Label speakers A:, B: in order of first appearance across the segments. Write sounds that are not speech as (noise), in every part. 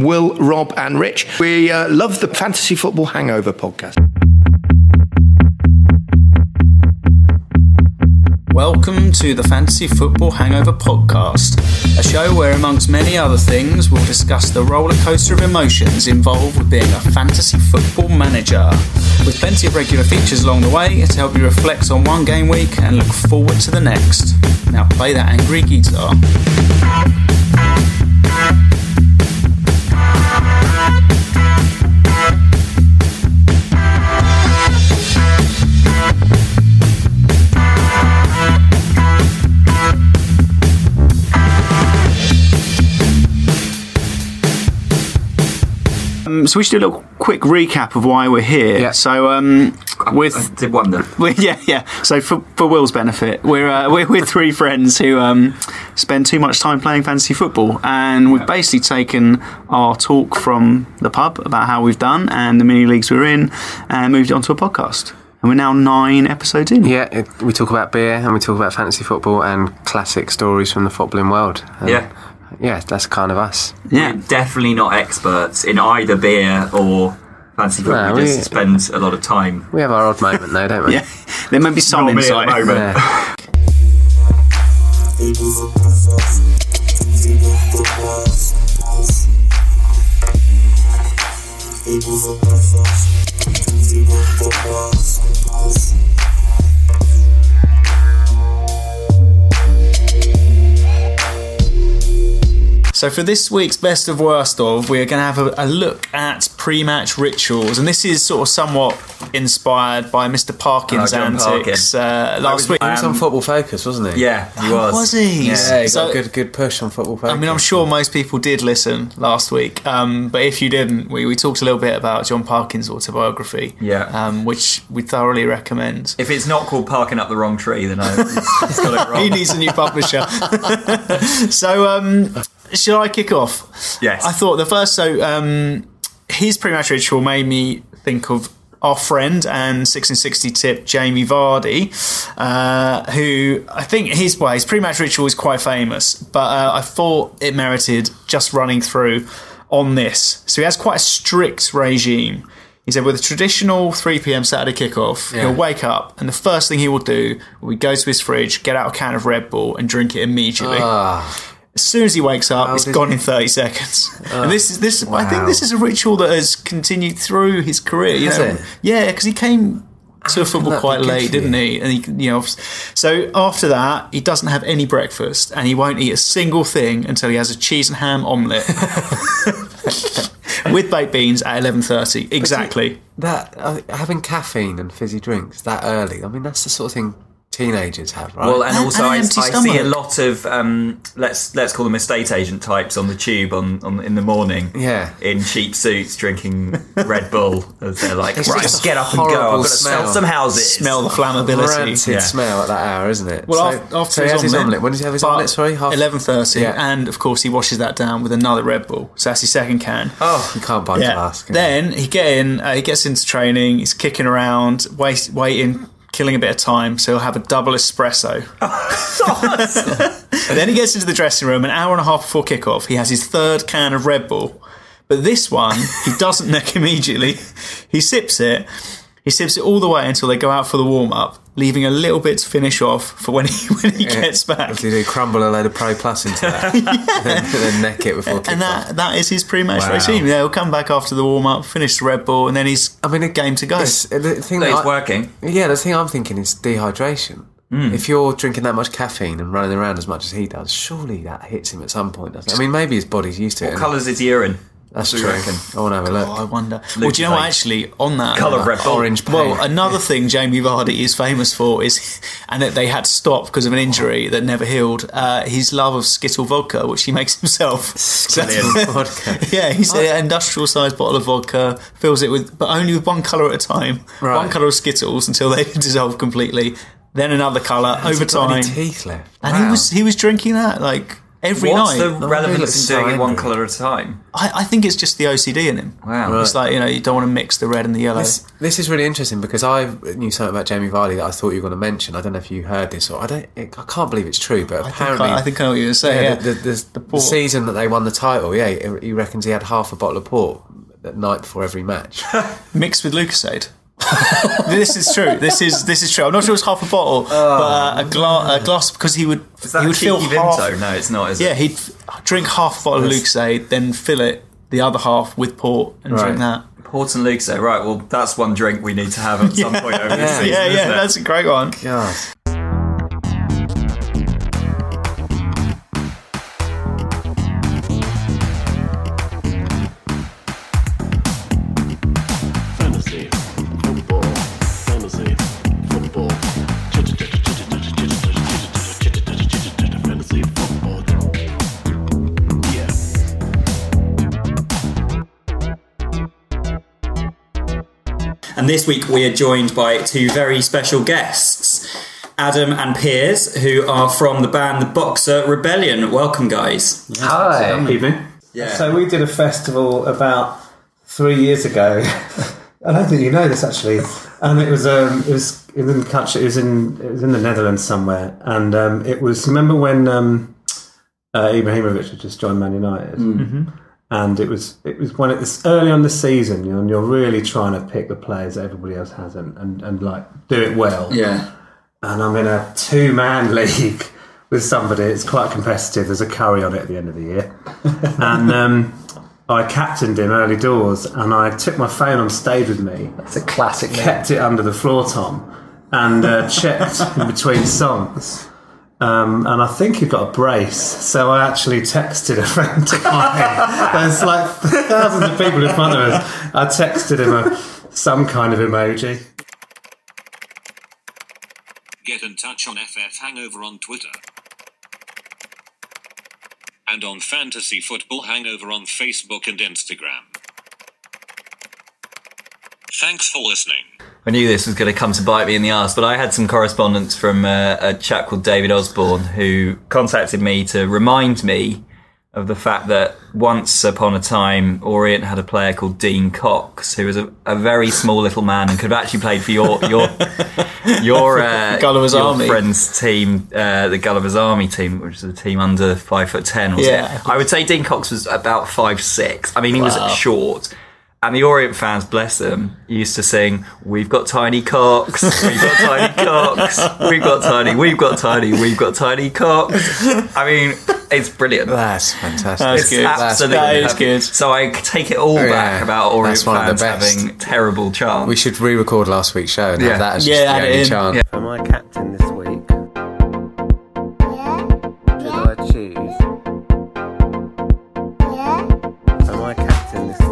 A: Will, Rob, and Rich. We uh, love the Fantasy Football Hangover podcast.
B: Welcome to the Fantasy Football Hangover Podcast, a show where, amongst many other things, we'll discuss the roller coaster of emotions involved with being a fantasy football manager, with plenty of regular features along the way to help you reflect on one game week and look forward to the next. Now, play that angry guitar. Um, so we should do a little quick recap of why we're here.
C: Yeah.
B: So um, with
C: I did wonder.
B: we (laughs) yeah, yeah. So for, for Will's benefit, we're uh, (laughs) we're with three friends who um, spend too much time playing fantasy football, and we've basically taken our talk from the pub about how we've done and the mini leagues we're in, and moved it onto a podcast. And we're now nine episodes in.
D: Yeah, it, we talk about beer and we talk about fantasy football and classic stories from the footballing world. And
C: Yeah.
D: Yeah, that's kind of us.
B: yeah.
C: We're definitely not experts in either beer or fancy football.
D: No,
C: we
D: we-
C: just spend a lot of time.
D: We have our odd moment though, don't we?
B: (laughs) Yeah. There may be some
C: Not me at the
B: insight.
C: moment.
D: Yeah.
B: So for this week's best of worst of, we're going to have a, a look at pre-match rituals, and this is sort of somewhat inspired by Mr. Parkin's
C: Oh, John
B: antics uh, last week.
D: He was on Football Focus, wasn't he?
C: Um, Yeah, he was.
B: Was he?
D: Yeah, he
B: So-
D: got a good, good push on Football Focus.
B: I mean, I'm sure most people did listen last week, um, but if you didn't, we, we talked a little bit about John Parkin's autobiography,
C: Yeah.
B: um, which we thoroughly recommend.
C: If it's not called parking up the wrong tree, then
B: (laughs)
C: I it's, it's got it wrong.
B: He needs a new publisher. (laughs) so, um, shall I kick off?
C: Yes.
B: I thought the first, so um, his pre-match ritual made me think of our friend and 1660 tip Jamie Vardy, uh, who I think his well, his pre-match ritual is quite famous, but uh, I thought it merited just running through on this. So he has quite a strict regime. He said with a traditional 3 p.m. Saturday kickoff, he'll wake up and the first thing he will do will be go to his fridge, get out a can of Red Bull and drink it immediately as soon as he wakes up, it's
D: Ah. did
B: gone
D: he- Ah.
B: in thirty seconds. and this is this. I think
D: wow.
B: this is a ritual that has continued through his career. You
D: Has
B: know?
D: it? Ah,
B: Yeah, because he came to football
D: that'd
B: quite
D: be good
B: late,
D: for you.
B: didn't he? And he, you know, so after that, he doesn't have any breakfast, and he won't eat a single thing until he has a cheese and ham
D: (laughs)
B: omelette with baked beans at eleven thirty. Exactly.
D: that uh, having caffeine and fizzy drinks that early. I mean, that's the sort of thing teenagers have, right?
C: Well, and
B: And-
C: also
B: and
C: I,
B: an empty
C: I see a
B: stomach.
C: lot of um, let's let's call them estate agent types on the tube on, on in the morning.
D: Yeah.
C: in cheap suits, drinking
B: (laughs)
C: Red Bull as they're like,
D: It's
C: right,
D: just a
C: get up and go. I've
D: horrible
C: got to smell
D: smell.
C: some houses. (laughs)
B: Smell the
D: Rancid
B: flammability.
C: Yeah.
D: smell at that hour, isn't it?
B: Well,
D: so,
B: af- after
D: so he has his omelette. When does he have his
B: but
D: omelette? Sorry, half
B: 11.30.
D: Yeah.
B: And, of course, he washes that down with another Red Bull. So that's his second can.
D: Oh, You can't buy
B: yeah.
D: glass. can you?
B: Then he get in. Uh, he gets into training. He's kicking around, wait, waiting, killing a bit of time. So he'll have a double
C: (laughs)
B: espresso. And then he gets into the dressing room an hour and a half before kickoff. He has his third can of Red Bull, but this one
C: (laughs)
B: he doesn't neck immediately. He sips it. He sips it all the way until they go out for the warm up, leaving a little bit to finish off for when he (laughs) when he gets back.
D: Did he crumble a load of Pro Plus
B: (laughs)
D: into that? and then, then neck it before
B: And
D: kickoff.
B: that, that is his pre-match
D: Wow.
B: regime. Yeah, he'll come back after the warm-up, finish the Red Bull, and then he's I mean,
D: it-
B: game to go.
D: it's- uh, the thing
C: But
D: that
C: It's
D: I-
C: working. Hmm.
D: Yeah, the thing I'm thinking is dehydration. If you're drinking that much caffeine and running around as much as he does, surely that hits him at some point. Doesn't it? I mean, maybe his body's used to it.
C: What
D: and-
C: colours is urine?
D: That's
C: do
D: true.
C: you
D: I
C: reckon?
D: want to have a look.
B: I wonder. Well, do you know what? Actually, on that
C: Oh, Colour of Red Bull.
D: Orange paint.
B: Well, another thing Jamie Vardy is famous for is, and that they had to stop because of an injury that never healed. Uh, his love of Skittle vodka, which he makes (laughs) himself. So-
C: Brilliant.
D: vodka.
B: yeah, he's
D: Oh.
B: an industrial-sized bottle of vodka, fills it with, but only with one color at a time.
D: Right.
B: One color of Skittles until they (laughs) dissolve completely. Then another color over
D: Has he got
B: time.
D: any teeth left.
B: And he was he was drinking that like every
C: What's
B: night.
C: the
D: he
C: relevance
D: looks
C: in doing
D: so
C: it one
D: angry.
C: colour at a time?
B: I, I think it's just the OCD in him.
C: Wow.
B: It's like, you know, you don't want to mix the red and the yellow.
D: This, this is really interesting because I knew something about Jamie Vardy that I thought you were going to mention. I don't know if you heard this or I don't. It, I can't believe it's true, but
B: I think
D: apparently,
B: I, I think I know what you're going to
D: yeah,
B: say. Yeah,
D: the, the, the, the
B: port.
D: season that they won the title, yeah, he- he reckons he had half a bottle of port the night before every match.
B: Mixed with Lucasade. (laughs) this is true. This is this is true. I'm not sure it's half a bottle,
D: Oh,
B: but uh, a, gla- a glass because he would
C: Is that
B: he
C: a
B: would
C: cheeky
B: fill
C: Vinto?
B: half.
C: No, it's not, is
B: Yeah,
C: it?
B: he'd f- drink half a bottle of Lucasade, then fill it the other half with port and
D: Right.
B: drink that.
C: Port and Luke say, right, well, that's one drink we need to have
B: (laughs)
C: at some point over the season.
B: Yeah,
C: isn't
B: yeah,
C: it?
B: that's a great one.
D: God.
E: Fantasy football. Fantasy football. Fantasy football. Yeah.
F: And this week we are joined by two very special guests, Adam and Piers, who are from the band The Boxer Rebellion. Welcome, guys.
G: Hi.
F: Evening.
G: So we did a festival about three years ago. (laughs) I don't think you know this actually, and it was um, it was it was in the country, it was in it was in the Netherlands somewhere, and um, it was remember when um, uh, Ibrahimovic had just joined Man United, and it was it was when it's early on the season, you know, and you're really trying to pick the players that everybody else hasn't, and and like do it well,
F: Yeah.
G: and I'm in a two man (laughs) league with somebody. It's quite competitive. There's a curry on it at the end of the
H: (laughs)
G: year. and um, I captained him early doors and I took my phone on stage with me,
H: It's a classic.
G: kept it under the floor, Tom, and
H: (laughs)
G: uh, checked in between songs. Um, and I think he got a brace, so I actually texted a friend to
H: (laughs)
G: mine. There's like thousands of people in front of us. I texted him a, some kind of emoji.
I: Get in touch on FF Hangover on Twitter. And on Fantasy Football Hangover on Facebook and Instagram. Thanks for listening.
C: I knew this was going to come to bite me in the arse, but I had some correspondence from uh, a chap called David Osborne who contacted me to remind me of the fact that once upon a time, Orient had a player called Dean Cox, who was a, a very small little man and could have actually played for
B: (laughs)
C: your your your uh,
B: Gulliver's
C: your
B: Army.
C: friend's team, uh, the Gulliver's Army team, which is a team under five foot ten. Wasn't
B: Yeah.
C: it? I would say Dean Cox was about five six. I mean, he was short. And the Orient fans, bless them, used to sing, "We've got tiny cocks, we've got tiny cocks, we've got tiny, we've got tiny, we've got tiny cocks." I mean, it's brilliant.
D: That's fantastic.
B: That's
C: It's
B: good.
C: absolutely
B: That is
C: perfect.
B: good.
C: So I take it all
D: Oh, Yeah,
C: back about Orient
D: that's one
C: fans
D: of the best.
C: having terrible chants.
D: We should re-record last week's show and
C: Yeah.
D: have that as just
B: Yeah, add
D: the
B: it
D: only
B: in.
D: chant.
C: Yeah.
J: Am I captain this week? Did I choose? Am I captain this week? Did I choose?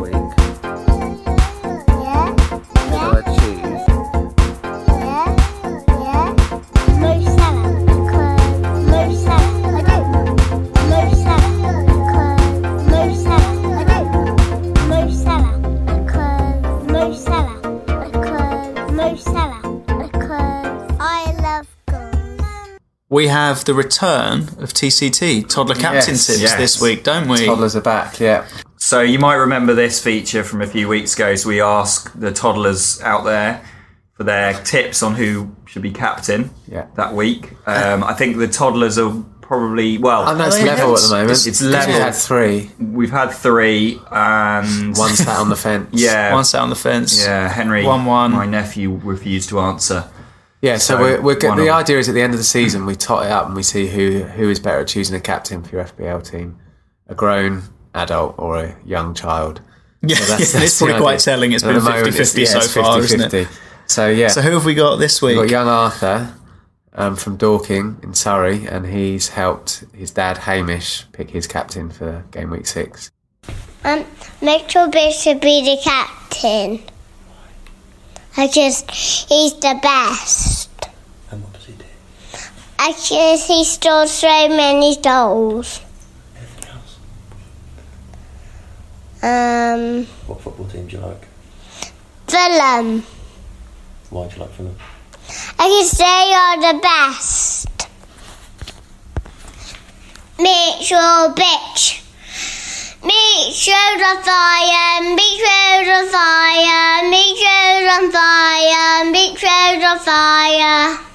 K: I love goals.
B: We have the return of TCT toddler captain
D: Yes.
B: tips
C: Yes.
B: this week, don't we?
D: Toddlers are back. Yeah.
C: So you might remember this feature from a few weeks ago. So we ask the toddlers out there for their tips on who should be captain
D: Yeah.
C: that week. Um, I think the toddlers are probably well.
D: I know
B: Oh,
D: it's level at the moment.
C: It's- it's
D: 'cause
C: level.
D: We had three.
C: We've had three, and
D: One sat on the fence.
C: yeah,
B: One sat on the fence.
C: yeah. Henry,
B: One, one.
C: My nephew refused to answer.
D: Yeah, so,
C: So,
D: we're, we're go-
C: one
D: the
C: all.
D: idea is at the end of the season we tot it up and we see who who is better at choosing a captain for your FBL team, a grown adult or a young child.
B: (laughs) Yeah,
D: So
B: yeah, it's
D: the
B: probably
D: idea.
B: quite telling. It's
D: At
B: been
D: the moment,
B: 50 50
D: it's- yeah,
B: so
D: it's
B: far, isn't it?
D: 50-50. So yeah,
B: So, who have we got this
D: we've got
B: week?
D: young Arthur um, from Dorking in Surrey, and he's helped his dad Hamish pick his captain for game week six.
K: Um, Mitchell Beer should be the captain. I just, he's the best.
H: And what does he do?
K: I guess he stole so many dolls.
H: Anything else?
K: Um,
H: What football team do you like?
K: Fulham.
H: Why do you like Fulham?
K: I guess they are the best. Mitchell bitch. Meat shows on fire, meat shows on fire, meat shows on fire, meat shows on fire.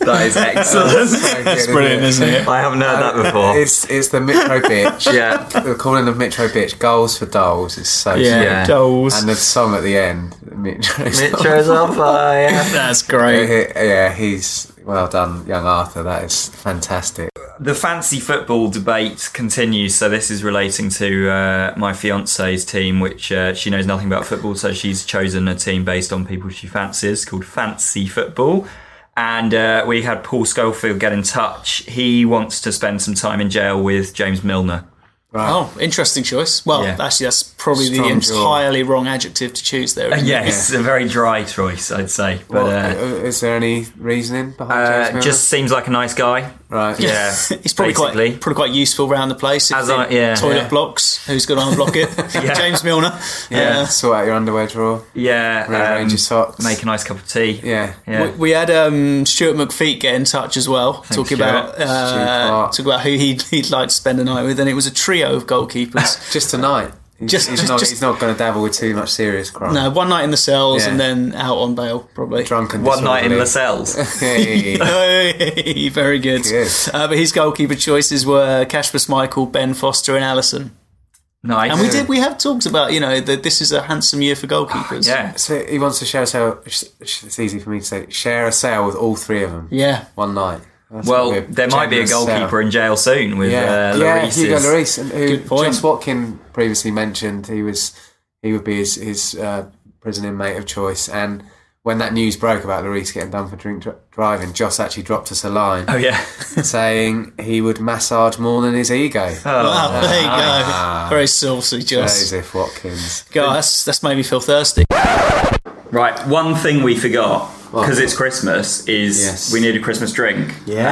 C: That
D: (laughs)
C: is excellent.
D: That's
B: brilliant, isn't it?
C: I haven't heard that before.
D: It's it's
B: (laughs)
D: the Mitro bitch.
C: Yeah.
D: the calling of Mitro bitch goals for dolls is so
B: Yeah,
D: sweet.
B: dolls.
D: And the song at the end, Mitro's
C: Mitro's on
D: (laughs)
C: fire.
B: That's great.
D: yeah, he's well done, young Arthur. That is fantastic.
C: The fancy football debate continues. So this is relating to uh, my fiance's team, which uh, she knows nothing about football. So she's chosen a team based on people she fancies, called Fancy Football. And uh, we had Paul Schofield get in touch. He wants to spend some time in jail with James Milner.
B: Oh, interesting choice. Well,
C: Yeah.
B: actually, that's probably the
D: Strong draw.
B: entirely wrong adjective to choose there. isn't it?
C: Uh, Yeah, it's a very dry choice, I'd say. But uh,
D: Well, is there any reasoning behind James
C: uh,
D: Milner?
C: just seems like a nice guy.
D: right.
B: (laughs)
C: Yeah,
B: It's probably
C: basically.
B: quite probably quite useful round the place. If
C: As
B: the
C: I- yeah.
B: toilet
C: Yeah.
B: blocks. Who's going to unblock
C: (laughs)
B: it? (laughs) James Milner. Uh,
C: Yeah.
D: Sort out your underwear drawer.
C: Yeah, um,
D: Rearrange your socks.
C: Make a nice cup of tea.
D: Yeah.
C: yeah.
B: We, we had um, Stuart McFeet get in touch as well, talking
C: Stuart.
B: about
D: Stuart
B: uh,
D: Clark.
B: talking about who he'd, he'd like to spend a night with, and it was a trio of
C: (laughs)
B: goalkeepers.
D: Just tonight. He's,
B: Just-
D: he's
B: just-
D: not,
B: just-
D: he's not going to dabble with too much serious crime.
B: no, Uh, one night in the cells and
D: Yeah.
B: then out on bail, probably.
D: Drunk and
C: One night in
D: disorderly.
C: Lascelles.
D: (laughs) Hey.
B: (laughs) Hey, very good.
D: Good.
B: Uh, but his goalkeeper choices were Kasper Schmeichel, Ben Foster, and Allison.
C: nice.
B: And we did. We have talked about you know that this is a handsome year for goalkeepers.
C: (gasps) Yeah.
D: So he wants to share a sale. sh- sh- It's easy for me to say. Share a sale with all three of them.
B: yeah.
D: One night. That's
C: Well,
D: a weird
C: there might be a
D: generous
C: goalkeeper
D: sale.
C: in jail soon with
D: yeah,
C: uh,
D: yeah,
C: Lloris's-
D: Hugo Lloris, and who
B: Good point.
D: Joss Watkin previously mentioned. He was he would be his, his uh, prison inmate of choice. And when that news broke about Lloris getting done for drink dri- driving, Joss actually dropped us a line
C: Oh yeah.
D: (laughs)
C: (laughs)
D: saying he would massage more than his ego.
C: Oh,
B: Wow, there you go. Very saucy, Joss.
D: Joseph Watkins.
B: God, that's that's made me feel thirsty.
C: Right. One thing we forgot because it's Christmas is
D: Yes. Ah.
C: we need a Christmas drink.
G: Yeah.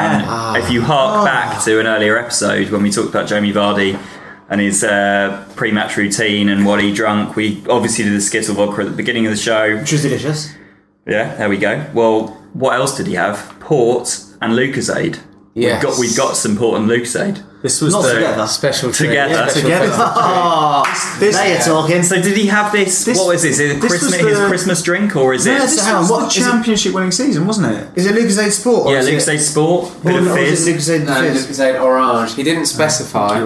C: And If you hark back to an earlier episode when we talked about Jamie Vardy and his uh, pre-match routine and what he drank, we obviously did the skittle vodka at the beginning of the show.
G: Which was delicious.
C: Yeah, there we go. Well, what else did he have? Port and Lucasade.
D: Yes.
C: We've got we've got some port and Lucasade.
G: This was
C: the-
D: Special treat.
C: Together.
D: Yeah, special
G: (laughs) together.
D: treat.
G: Oh, this, now you're talking.
C: So did he have this?
L: This-
C: what was this? Is it
L: this was
C: Christmas,
L: the-
C: his Christmas drink or is
L: Yeah,
C: it?
L: so
G: this
L: hang on,
G: was
L: what
G: the
L: championship winning season, wasn't it?
G: Is it Lucas Aid Sport? Or
C: Yeah,
G: is
C: Lucasade
G: it,
C: Sport,
G: or
C: bit of
G: or is
C: fizz.
G: it Lucas Aid
D: No,
G: Fizz?
D: Lucasade Orange. He didn't specify.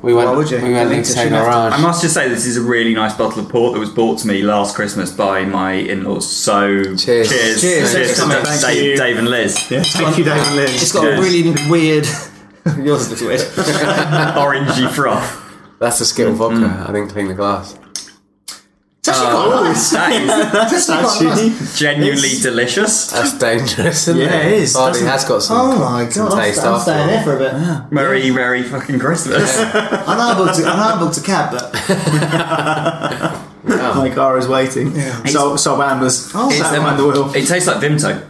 D: We
G: Why
D: went.
G: would you?
D: We went
G: You
D: Lucasade
G: shouldn't have to.
D: Orange.
C: I must just say this is a really nice bottle of port that was bought to me last Christmas by my in-laws. So
D: Cheers.
C: cheers,
D: Cheers.
C: to
D: Thanks for
G: coming.
C: Dave,
G: Thank you.
C: Dave and Liz.
G: Yeah, thank you, David Lynch. It's got
C: Yes.
G: a really weird. (laughs) Yours is weird.
C: Orangey froth.
D: That's the skill vodka.
C: Mm.
D: I think clean the glass.
G: (laughs) Oh,
C: That
G: Actually,
C: is genuinely delicious.
D: That's dangerous. Isn't
G: Yeah, it is,
D: Barley
G: doesn't it?
D: has got some.
L: Oh my
D: some
L: god, I'm,
D: taste
L: I'm
D: after
L: staying
D: all.
L: there for a bit.
C: Merry, merry fucking Christmas.
L: I know I booked a, I know I booked a cab, but my car is waiting. So so I was oh, sat behind the wheel.
C: It tastes like Vimto.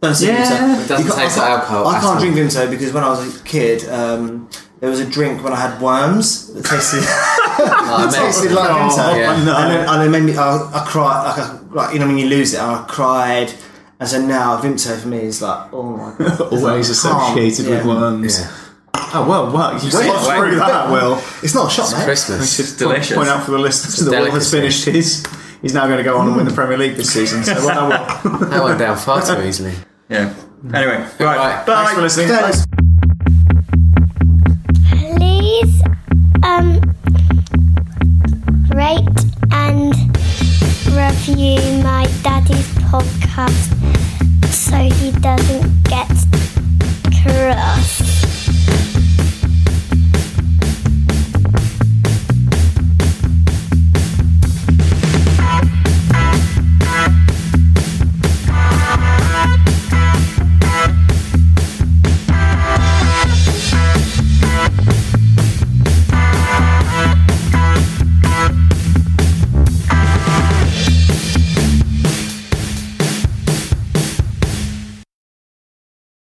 L: Don't see
G: Yeah.
L: Vimto.
D: It doesn't
L: You can't-
D: taste
L: I
D: like
L: can't-
G: Oh,
D: alcohol
L: I
D: at
L: can't
D: all.
L: drink Vimto because when I was a kid, um, there was a drink when I had worms that
G: (laughs)
L: tasted. (laughs)
D: Oh, mate.
L: tasted like
G: Oh,
L: Vimto.
D: yeah.
L: And, then, and it made me. I, I cried. Like, I, like you know when you lose it, and I cried. And so now Vimto for me is like, oh my god,
G: (laughs) Always
L: It's like calm.
G: associated with
L: Yeah.
G: worms.
D: Yeah.
G: Oh well, what you
L: Wait,
G: got
L: wait.
G: through that, Will.
L: It's not a shot, mate.
G: (laughs)
D: Christmas.
G: Just
C: delicious.
G: Point out for the listeners that Will has
D: delicacy.
G: finished his. He's now going to go on and win the Premier League this season. So well
L: (laughs)
G: done, Will.
D: That went down far too easily.
C: Yeah. Anyway, right.
D: Right.
C: Bye.
G: Thanks for listening.
K: Please um